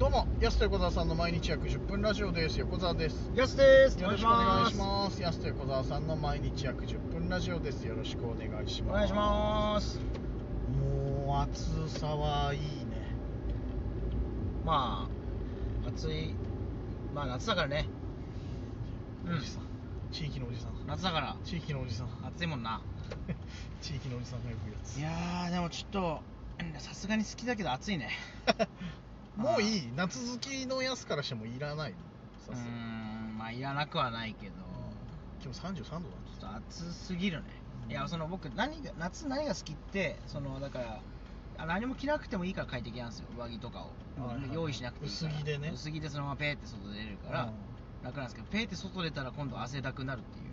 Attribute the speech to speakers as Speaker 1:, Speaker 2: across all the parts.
Speaker 1: どうも、やすと横澤さんの毎日約10分ラジオです。横澤です。
Speaker 2: やすです。
Speaker 1: よろしくお願いします。やすと横澤さんの毎日約10分ラジオです。よろしくお願いし
Speaker 2: お
Speaker 1: ます。
Speaker 2: 願いします。
Speaker 1: もう暑さはいいね。
Speaker 2: まあ、暑い。まあ、夏だからね。う
Speaker 1: おじさん
Speaker 2: ん。。
Speaker 1: 地域のおじさん。
Speaker 2: 夏だから。
Speaker 1: 地域のおじさん。
Speaker 2: 暑いもんな。
Speaker 1: 地域のおじさんがよく言うやつ。
Speaker 2: いやー、でもちょっと、さすがに好きだけど暑い ね。
Speaker 1: もういい。夏好きのやすからしてもいらないの。
Speaker 2: う
Speaker 1: さ
Speaker 2: ー
Speaker 1: すがに
Speaker 2: ん、まあ、いらなくはないけど、
Speaker 1: 今日33度だ
Speaker 2: ちょっと暑すぎるね。いや、その僕、何が、夏何が好きって、その、だから、あ何も着なくてもいいから快適なんですよ、上着とかを。
Speaker 1: はいはいはい
Speaker 2: 用意しなくていいから。
Speaker 1: 薄着でね
Speaker 2: 薄着でそのままペーって外出れるから。楽なんですけどペーって外出たら今度汗だくなるって
Speaker 1: う
Speaker 2: いう、
Speaker 1: ん。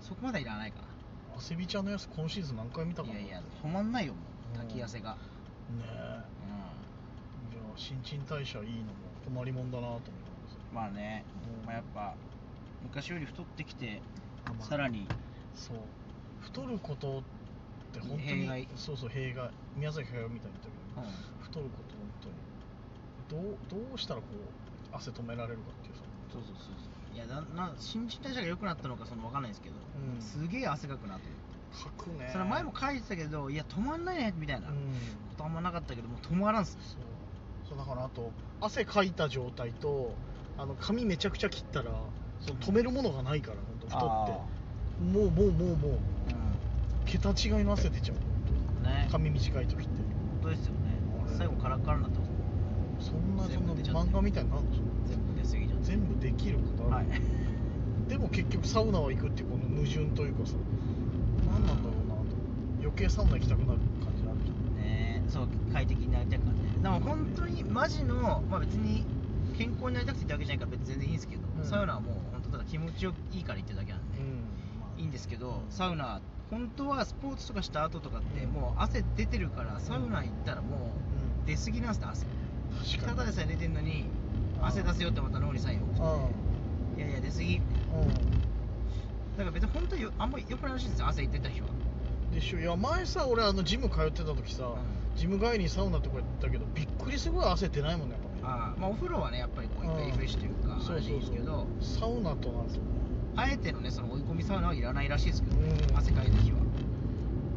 Speaker 2: そこまでいらないかな
Speaker 1: 汗びちゃんのやつ今シーズン何回見たか
Speaker 2: い
Speaker 1: な
Speaker 2: やいや
Speaker 1: ね
Speaker 2: 止まんないよもう
Speaker 1: うん
Speaker 2: 滝汗が
Speaker 1: え
Speaker 2: うん、
Speaker 1: じゃあ新陳代謝いいのも止まりもんだなと思ったんですよ
Speaker 2: まあね、
Speaker 1: うん
Speaker 2: まあ、やっぱ昔より太ってきて、
Speaker 1: あまあ
Speaker 2: さらに
Speaker 1: そう太ることって本当に
Speaker 2: 弊害
Speaker 1: そうそう弊害宮崎駿みたいに言ったけど、
Speaker 2: う
Speaker 1: 太ること本当にどうどうしたらこう汗止められるかっていうさ
Speaker 2: そうそうそうそういやなな新陳代謝が良くなったのかその分かんないですけど、
Speaker 1: うん
Speaker 2: すげえ汗かくなと思って、
Speaker 1: 書くね
Speaker 2: それ前も書いてたけどいや止まんないねみたいな、
Speaker 1: うん
Speaker 2: ことあんまなかったけどもう止まらんっす
Speaker 1: そうそうだからあと汗かいた状態とあの髪めちゃくちゃ切ったらその止めるものがないから本当太ってもうもうもうもう桁違いの汗出ちゃう
Speaker 2: うんね
Speaker 1: 髪短い時って
Speaker 2: 本当ですよね
Speaker 1: あれ
Speaker 2: 最後カラッカラになったもん
Speaker 1: そんなそ
Speaker 2: 全
Speaker 1: ん
Speaker 2: 部
Speaker 1: な
Speaker 2: 出ちゃって
Speaker 1: 漫画みたいになるんでしょ
Speaker 2: 全部出過ぎちゃって
Speaker 1: 全部できることあ
Speaker 2: は
Speaker 1: る、
Speaker 2: い
Speaker 1: でも結局サウナは行くっていうこの矛盾というかさ何なんだろうなと余計サウナ行きたくなる感じあるじゃん
Speaker 2: ねそう快適になりたいからねでも本当にマジの、まあ、別に健康になりたくて行ったわけじゃないから別に全然いいんですけど、
Speaker 1: うん
Speaker 2: サウナはもう本当ただ気持ちよいいから行ってるだけなんで、いいんですけどサウナ本当はスポーツとかした後とかってもう汗出てるからサウナ行ったらも
Speaker 1: うん
Speaker 2: う出過ぎなんすって汗
Speaker 1: 確か
Speaker 2: た
Speaker 1: に
Speaker 2: だでさえ出てんのに汗出せよってまた脳にサインを送っ
Speaker 1: う
Speaker 2: ていやいや出過ぎ
Speaker 1: ん
Speaker 2: だから別に本当によあんまり良くないらしいですよ汗行ってた日は
Speaker 1: うんでしょいや前さ俺あのジム通ってた時さ、
Speaker 2: うん
Speaker 1: ジム帰りにサウナとか行ったけどびっくりするぐらい汗出ないもんねやっぱね
Speaker 2: あーまあお風呂はねやっぱりこう一回リフレッシュというかあ
Speaker 1: そ
Speaker 2: れ
Speaker 1: う
Speaker 2: でい
Speaker 1: そ
Speaker 2: いん
Speaker 1: う
Speaker 2: です
Speaker 1: そ
Speaker 2: けど
Speaker 1: うサウナとなるとね
Speaker 2: あえてのねその追い込みサウナはいらないらしいですけど、ね
Speaker 1: うん
Speaker 2: 汗かいた日は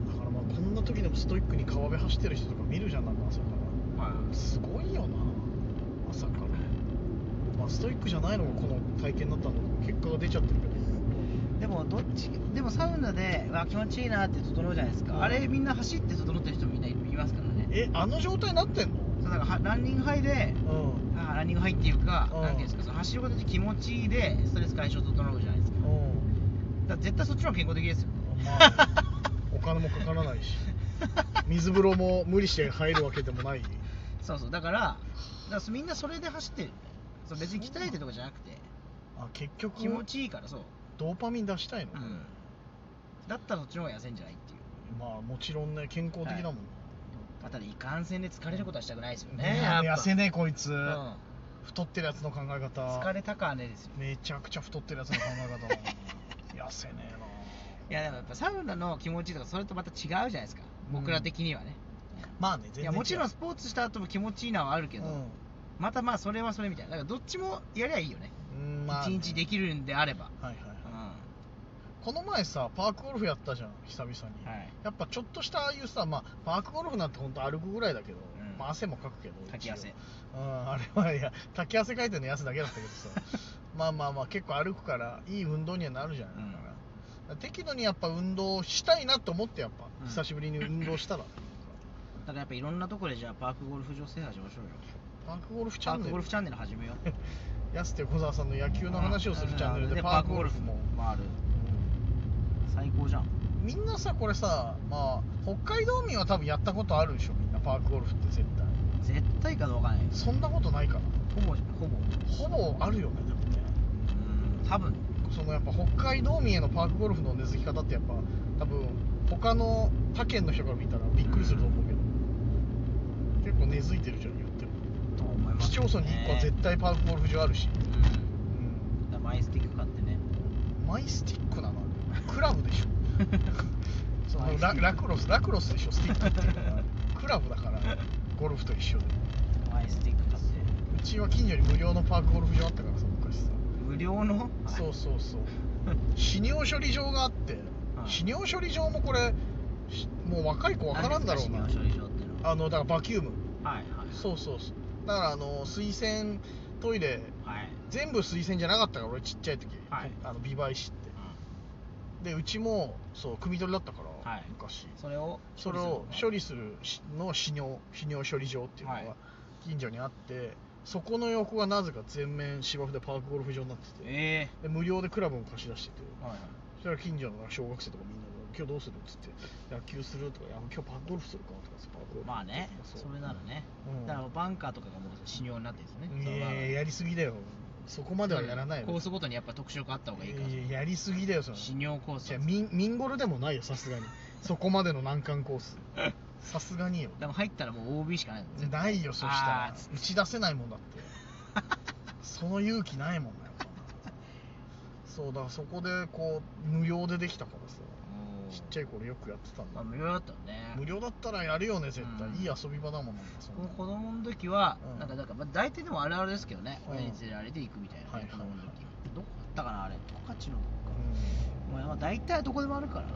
Speaker 1: だからまあこんな時でもストイックに川辺走ってる人とか見るじゃんなんか朝から
Speaker 2: まあ
Speaker 1: すごいよな朝から、まあ、ストイックじゃないのがこの体験だったんだけど結果が出ちゃってるけど
Speaker 2: でもどっちでもサウナでわ気持ちいいなって整うじゃないですか、
Speaker 1: うん
Speaker 2: あれみんな走って整ってる人みんないますからね
Speaker 1: えあの状態になってんの
Speaker 2: そうだからはランニングハイで
Speaker 1: うん
Speaker 2: あーランニングハイっていうか
Speaker 1: うん
Speaker 2: なんていうんですかその走ることで気持ちいいでストレス解消整うじゃないですかだか
Speaker 1: うん
Speaker 2: ら絶対そっちの方が健康的ですよ、
Speaker 1: まあお金もかからないし水風呂も無理して入るわけでもない
Speaker 2: そうそうだからだからみんなそれで走ってるそう別に鍛えてとかじゃなくて
Speaker 1: あ結局
Speaker 2: 気持ちいいからそう
Speaker 1: ドーパミン出したいの、
Speaker 2: うんだったらそっちの方が痩せんじゃないっていう
Speaker 1: まあもちろんね健康的だもん、
Speaker 2: まあただいかんせんで疲れることはしたくないですよね
Speaker 1: ねえ
Speaker 2: やっぱ
Speaker 1: 痩せねえこいつ、
Speaker 2: うん
Speaker 1: 太ってるやつの考え方
Speaker 2: 疲れたかねですよ
Speaker 1: めちゃくちゃ太ってるやつの考え方 だな痩せね
Speaker 2: いやでもやっぱサウナの気持ちとかそれとまた違うじゃないですか
Speaker 1: うん
Speaker 2: 僕ら的にはね、
Speaker 1: えなまあね全然
Speaker 2: いやもちろんスポーツした後も気持ちいいのはあるけど、
Speaker 1: うん
Speaker 2: またまあそれはそれみたいなだからどっちもやりゃいいよね
Speaker 1: うん
Speaker 2: 一、
Speaker 1: まあね
Speaker 2: 日できるんであれば
Speaker 1: はいはいはい、
Speaker 2: うん
Speaker 1: この前さパークゴルフやったじゃん久々に、
Speaker 2: はい
Speaker 1: やっぱちょっとしたああいうさ、まあ、パークゴルフなんて本当歩くぐらいだけど、
Speaker 2: うん
Speaker 1: まあ、汗もかくけど
Speaker 2: かき汗
Speaker 1: 一応うんあれはいや滝汗かいてるのやすだけだったけどさ まあまあまあ結構歩くからいい運動にはなるじゃない、
Speaker 2: うん
Speaker 1: だから適度にやっぱ運動したいなと思ってやっぱ、
Speaker 2: うん
Speaker 1: 久しぶりに運動したら
Speaker 2: だからやっぱいろんなところでじゃあパークゴルフ場制覇しましょうよ
Speaker 1: パークゴルフチ
Speaker 2: パ
Speaker 1: ャ
Speaker 2: ー
Speaker 1: ンネ
Speaker 2: ク
Speaker 1: ル
Speaker 2: ゴルフチャンネル始めよ う
Speaker 1: やすて小沢さんの野球の話をするチャンネル
Speaker 2: うん
Speaker 1: で
Speaker 2: で
Speaker 1: パークゴルフも、
Speaker 2: パークゴルフも回る最高じゃん
Speaker 1: うんみんなさこれさまあ北海道民は多分やったことあるでしょみんなパークゴルフって絶対
Speaker 2: 絶対かどうかね
Speaker 1: そんなことないかな
Speaker 2: ほぼほぼ
Speaker 1: ほぼあるよねでもね
Speaker 2: うん多分
Speaker 1: そのやっぱ北海道民へのパークゴルフの根付き方ってやっぱ多分他の他県の人から見たらびっくりすると思うけど、結構根付いてるじゃん言っても
Speaker 2: と思います
Speaker 1: 市町村に1個は絶対パークゴルフ場あるし、
Speaker 2: うん
Speaker 1: う
Speaker 2: だからマイスティック買っ てね
Speaker 1: ん、マイスティックなのクラブでしょそ
Speaker 2: マイ
Speaker 1: の
Speaker 2: スティ
Speaker 1: ラ
Speaker 2: ック
Speaker 1: ラクロスラクロ スでしょスティックっていうのはクラブだからゴルフと一緒で
Speaker 2: マイスティック買って
Speaker 1: ちは近所に無料のパークゴルフ場あったからさ昔さ
Speaker 2: 無料の
Speaker 1: そうそうそう泌尿処理場があって
Speaker 2: はい
Speaker 1: 泌尿処理場もこれしもう若い子分からんだろう
Speaker 2: 何
Speaker 1: な
Speaker 2: ですか信用処理場っていうのは
Speaker 1: あのだからバキューム
Speaker 2: はいはい
Speaker 1: そうそうそうだからあの水洗トイレ
Speaker 2: はい
Speaker 1: 全部水洗じゃなかったから俺ちっちゃい時、
Speaker 2: はい
Speaker 1: あの美唄市って
Speaker 2: う
Speaker 1: でうちもそう組み取りだったから、
Speaker 2: はい
Speaker 1: 昔
Speaker 2: んそれを
Speaker 1: それを処
Speaker 2: 理
Speaker 1: 理するしの泌尿泌尿処理場っていうの
Speaker 2: はい
Speaker 1: が近所にあって、そこの横がなぜか全面芝生でパークゴルフ場になって
Speaker 2: す
Speaker 1: て、
Speaker 2: るのえ
Speaker 1: で無料でクラブも貸し出してて
Speaker 2: えはいはい
Speaker 1: そしたら近所の小学生とかみんなが「今日どうする?」っつって「野球する?」とかいや「今日パークゴルフするか?」とかさパークゴルフ
Speaker 2: まあね
Speaker 1: そう
Speaker 2: それならね
Speaker 1: うん
Speaker 2: だからバンカーとかがもう信用になってるんですね
Speaker 1: いやいややりすぎだよそこまではやらないよ、
Speaker 2: コースごとにやっぱ特色あった方がいいか
Speaker 1: いやいややりすぎだよそ
Speaker 2: ら
Speaker 1: れ
Speaker 2: 信用コース
Speaker 1: じ
Speaker 2: は
Speaker 1: ゃミンミンゴルでもないよさすがにそこまでの難関コース さすがによ
Speaker 2: でも入ったらもう OB しかないもんね
Speaker 1: ないよそした
Speaker 2: あ
Speaker 1: ら
Speaker 2: ーつ
Speaker 1: 打 ち出せないもんだってその勇気ないもんね やっぱそうだからそこでこう無料でできたからさちっちゃい頃よくやってたんだ
Speaker 2: あ無料だったのね
Speaker 1: 無料だったらやるよね絶対、
Speaker 2: うん
Speaker 1: いい遊び場だもんなんかそん
Speaker 2: こ
Speaker 1: な
Speaker 2: の子供の時は、
Speaker 1: うん
Speaker 2: なんかなんか、まあ、大体でもあるあるですけどね、
Speaker 1: うん
Speaker 2: 親に連れられて行くみたいなね、
Speaker 1: はいはい
Speaker 2: 子供の時どこだったかなあれ十勝のどこか、
Speaker 1: う
Speaker 2: まあまあ、大体どこでもあるからな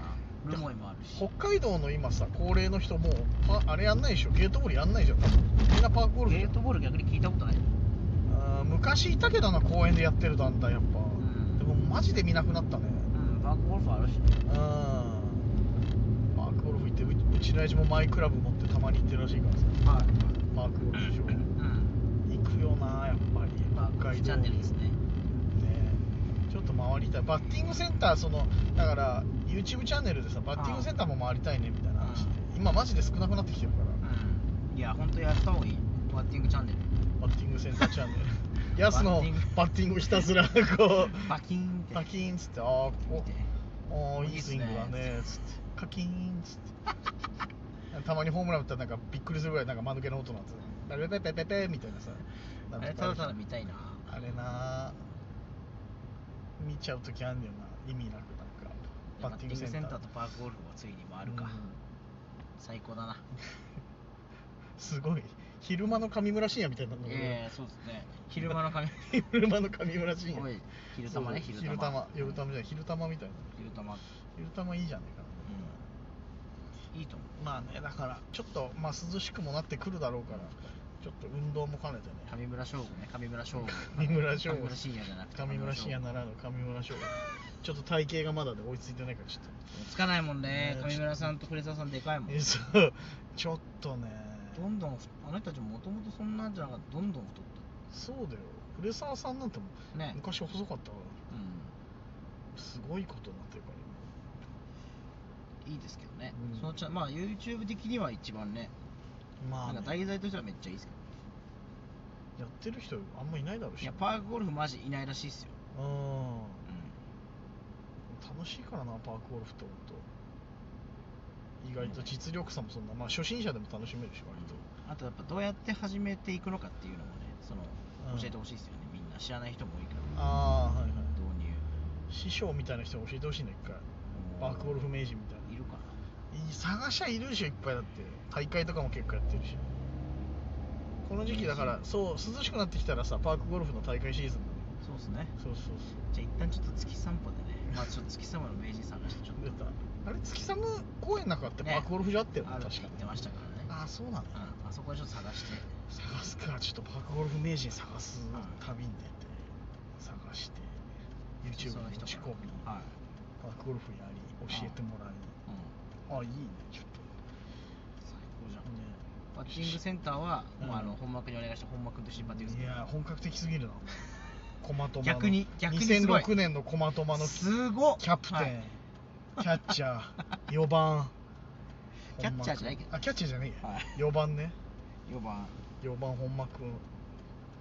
Speaker 2: ルモイもあるし
Speaker 1: ん北海道の今さ高齢の人もうパあれやんないでしょゲートボールやんないじゃん多分みんなパークゴルフじ
Speaker 2: ゲ
Speaker 1: ゃん
Speaker 2: ートボール逆に聞いたことない
Speaker 1: あー昔いたけどな公園でやってる団体やっぱ、
Speaker 2: ん
Speaker 1: でもマジで見なくなったね
Speaker 2: うんパークゴルフあるし
Speaker 1: うんパークゴルフ行ってううちの親父もマイクラブ持ってたまに行ってるらしいからさ
Speaker 2: はい
Speaker 1: パークゴルフ場
Speaker 2: うん
Speaker 1: 行くよなやっぱり
Speaker 2: パークゴルフチャンネルですね
Speaker 1: ねちょっと回りたいバッティングセンターそのだから YouTube チャンネルでさバッティングセンターも回りたいねみたいな話で今マジで少なくなってきてるから
Speaker 2: うんいや本当やった方がいいバッティングチ ャンネル
Speaker 1: バッティングセンターチャンネル ヤスのバッティングひたすらこう
Speaker 2: バキーンって
Speaker 1: パキーンっつってああ
Speaker 2: 見て
Speaker 1: おお
Speaker 2: いいっすね
Speaker 1: いいスイングだねつってカキーンっつってたまにホームラン打ったらなんかびっくりするぐらいなんか間抜けの音なんですよペペペペペペみたいなさ
Speaker 2: あ
Speaker 1: なんか
Speaker 2: れただただ見たいな
Speaker 1: あれなあ見ちゃう時あんねんな意味なくなんか
Speaker 2: バッティングセンターとパークゴルフをついに回るか、
Speaker 1: うん
Speaker 2: 最 高だな
Speaker 1: すごい昼間の上村信也みたいになった
Speaker 2: ええそうですね昼間の 髪
Speaker 1: 昼間の上村信
Speaker 2: お
Speaker 1: 也
Speaker 2: い昼玉ね
Speaker 1: そうそう
Speaker 2: 昼
Speaker 1: 昼
Speaker 2: 玉
Speaker 1: 玉夜玉じゃない昼玉みたいな
Speaker 2: 昼玉
Speaker 1: 昼玉いいじゃねえかな
Speaker 2: うんいいと思う
Speaker 1: まあねだからちょっと、まあ、涼しくもなってくるだろうからちょっと運動も兼ねてね
Speaker 2: 上村翔吾ね上村翔吾
Speaker 1: 上村翔吾
Speaker 2: 上村信也じゃなくて
Speaker 1: 上村信也
Speaker 2: 吾
Speaker 1: ならぬ上村翔吾ちょっと体型がまだで追いついてないからちょっと
Speaker 2: つかないもんね
Speaker 1: ね
Speaker 2: 上村さんと古澤さんでかいもん
Speaker 1: えそうちょっとね
Speaker 2: どんどんふあの人たちもともとそんなんじゃなかったどんどん太っ
Speaker 1: そうだよ古澤さんなんても
Speaker 2: たね
Speaker 1: 昔細かったか
Speaker 2: う
Speaker 1: らすごいことになってるから
Speaker 2: んいいですけどね
Speaker 1: うん
Speaker 2: そのちゃまあ YouTube 的には一番ね
Speaker 1: まあ
Speaker 2: なん
Speaker 1: ね、
Speaker 2: か題材としてはめっちゃいいですけ
Speaker 1: やってる人あんまいないだろう
Speaker 2: ど
Speaker 1: し
Speaker 2: いやパークゴルフマジいないらしいっすよ
Speaker 1: うん
Speaker 2: う
Speaker 1: 楽しいからなパークゴルフって本当意外と実力差もそんなまあ初心者でも楽しめるし割と
Speaker 2: んあとやっぱどうやって始めていくのかっていうのもねその
Speaker 1: うん
Speaker 2: 教えてほしいですよねみんな知らない人も多いから
Speaker 1: ああはいはい
Speaker 2: 導入
Speaker 1: 師匠みたいな人に教えてほしいね一回パークゴルフ名人みたいない
Speaker 2: るか
Speaker 1: い探しゃいるでしょいっぱいだって大会とかも結構やってるしこの時期だからそう涼しくなってきたらさパークゴルフの大会シーズンなのよ
Speaker 2: なそうですね
Speaker 1: そうそうそ
Speaker 2: じゃあ一旦ちょっと月散歩でねまあちょっと月散歩の名人探してちょっ
Speaker 1: う
Speaker 2: と
Speaker 1: 出たあれ月寒公園なんかあってパ
Speaker 2: ね
Speaker 1: ークゴルフ場あったよね
Speaker 2: あるっ
Speaker 1: 確
Speaker 2: て
Speaker 1: か
Speaker 2: 言ってましたからね
Speaker 1: ああそうなの
Speaker 2: うんあそこでちょっと探して
Speaker 1: 探すかちょっとパークゴルフ名人探す
Speaker 2: うん
Speaker 1: 旅に出て探して YouTube に打ち込み
Speaker 2: はい、
Speaker 1: パークゴルフやり教えてもらい
Speaker 2: うん、
Speaker 1: ああいいねちょっ
Speaker 2: 最高じゃん
Speaker 1: とね
Speaker 2: バッティングセンターは、
Speaker 1: うん
Speaker 2: もうあの本幕にお願いして本幕と一緒にバッティング
Speaker 1: い
Speaker 2: セン
Speaker 1: やー本格的すぎるな駒
Speaker 2: タ
Speaker 1: 友
Speaker 2: ー逆に逆にすごい
Speaker 1: 2006年の駒友の
Speaker 2: すごっ
Speaker 1: キャプテン、
Speaker 2: はい
Speaker 1: キャッチャー4番
Speaker 2: キャッチャーじゃないけど
Speaker 1: あキャッチャーじゃないや、
Speaker 2: はい
Speaker 1: 4番ね
Speaker 2: 4番
Speaker 1: 4番本間君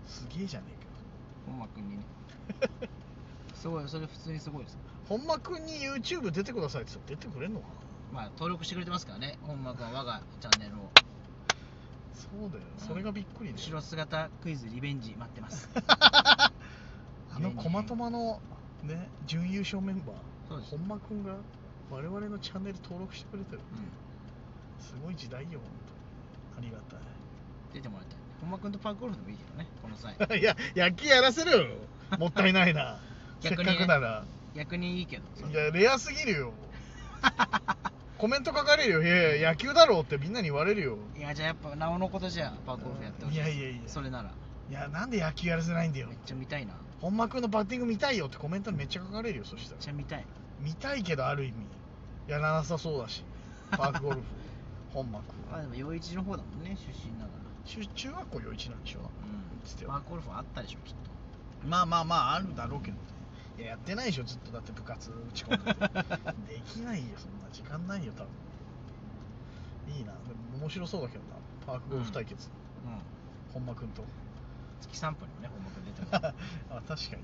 Speaker 1: すげえじゃね
Speaker 2: 本幕にね
Speaker 1: えか
Speaker 2: すごいそれ普通にすごいです
Speaker 1: 本間君に YouTube 出てくださいって言ったら出てくれんのかな
Speaker 2: まあ登録してくれてますからね本幕は我がチャンネルを
Speaker 1: そうだよそれがびっくりね、
Speaker 2: 後ろ姿クイズリベンジ待ってます
Speaker 1: あの駒友のね準優勝メンバ
Speaker 2: そう
Speaker 1: ー
Speaker 2: です
Speaker 1: 本間君が我々のチャンネル登録してくれてる
Speaker 2: うん
Speaker 1: すごい時代よ本当にありがたい
Speaker 2: 出てもらいたい本間君とパークゴルフでもいいけどねこ の際
Speaker 1: いや野球やらせるよもったいないなせっ
Speaker 2: 逆にね
Speaker 1: かくなら
Speaker 2: 逆にいいけどそれ
Speaker 1: いやレアすぎるよコメント書かれるよ「いやいや野球だろ」ってみんなに言われるよ
Speaker 2: いやじゃあやっぱなおのことじゃあパークゴルフやってほしい
Speaker 1: いやいやいや
Speaker 2: それなら
Speaker 1: いやなんで野球やらせないんだよ
Speaker 2: めっちゃ見たいなめ
Speaker 1: 本間君のバッティング見たいよってコメントにめっちゃ書かれるよそしたら
Speaker 2: っちゃ見たい
Speaker 1: 見たいけどある意味やらなさそうだ しパークゴルフ本間君
Speaker 2: まあでも陽一の方だもんね出身だから
Speaker 1: 中中学校幼一なんでしょ言ってた
Speaker 2: うん
Speaker 1: よ
Speaker 2: パークゴルフあったでしょきっと
Speaker 1: まあまあまああるだろうけどねいややってないでしょずっとだって部活打ち込 んでてできないよそんな時間ないよ多分いいなでも面白そうだけどなパークゴルフ対決、
Speaker 2: うん
Speaker 1: 本間君と
Speaker 2: 月散歩にもね本間君出ても
Speaker 1: あ
Speaker 2: らう
Speaker 1: 確かに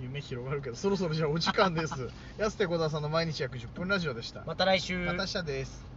Speaker 1: 夢広がるけど そろそろじゃあお時間です安手小沢さんの毎日約10分ラジオでした
Speaker 2: また来週
Speaker 1: また明日です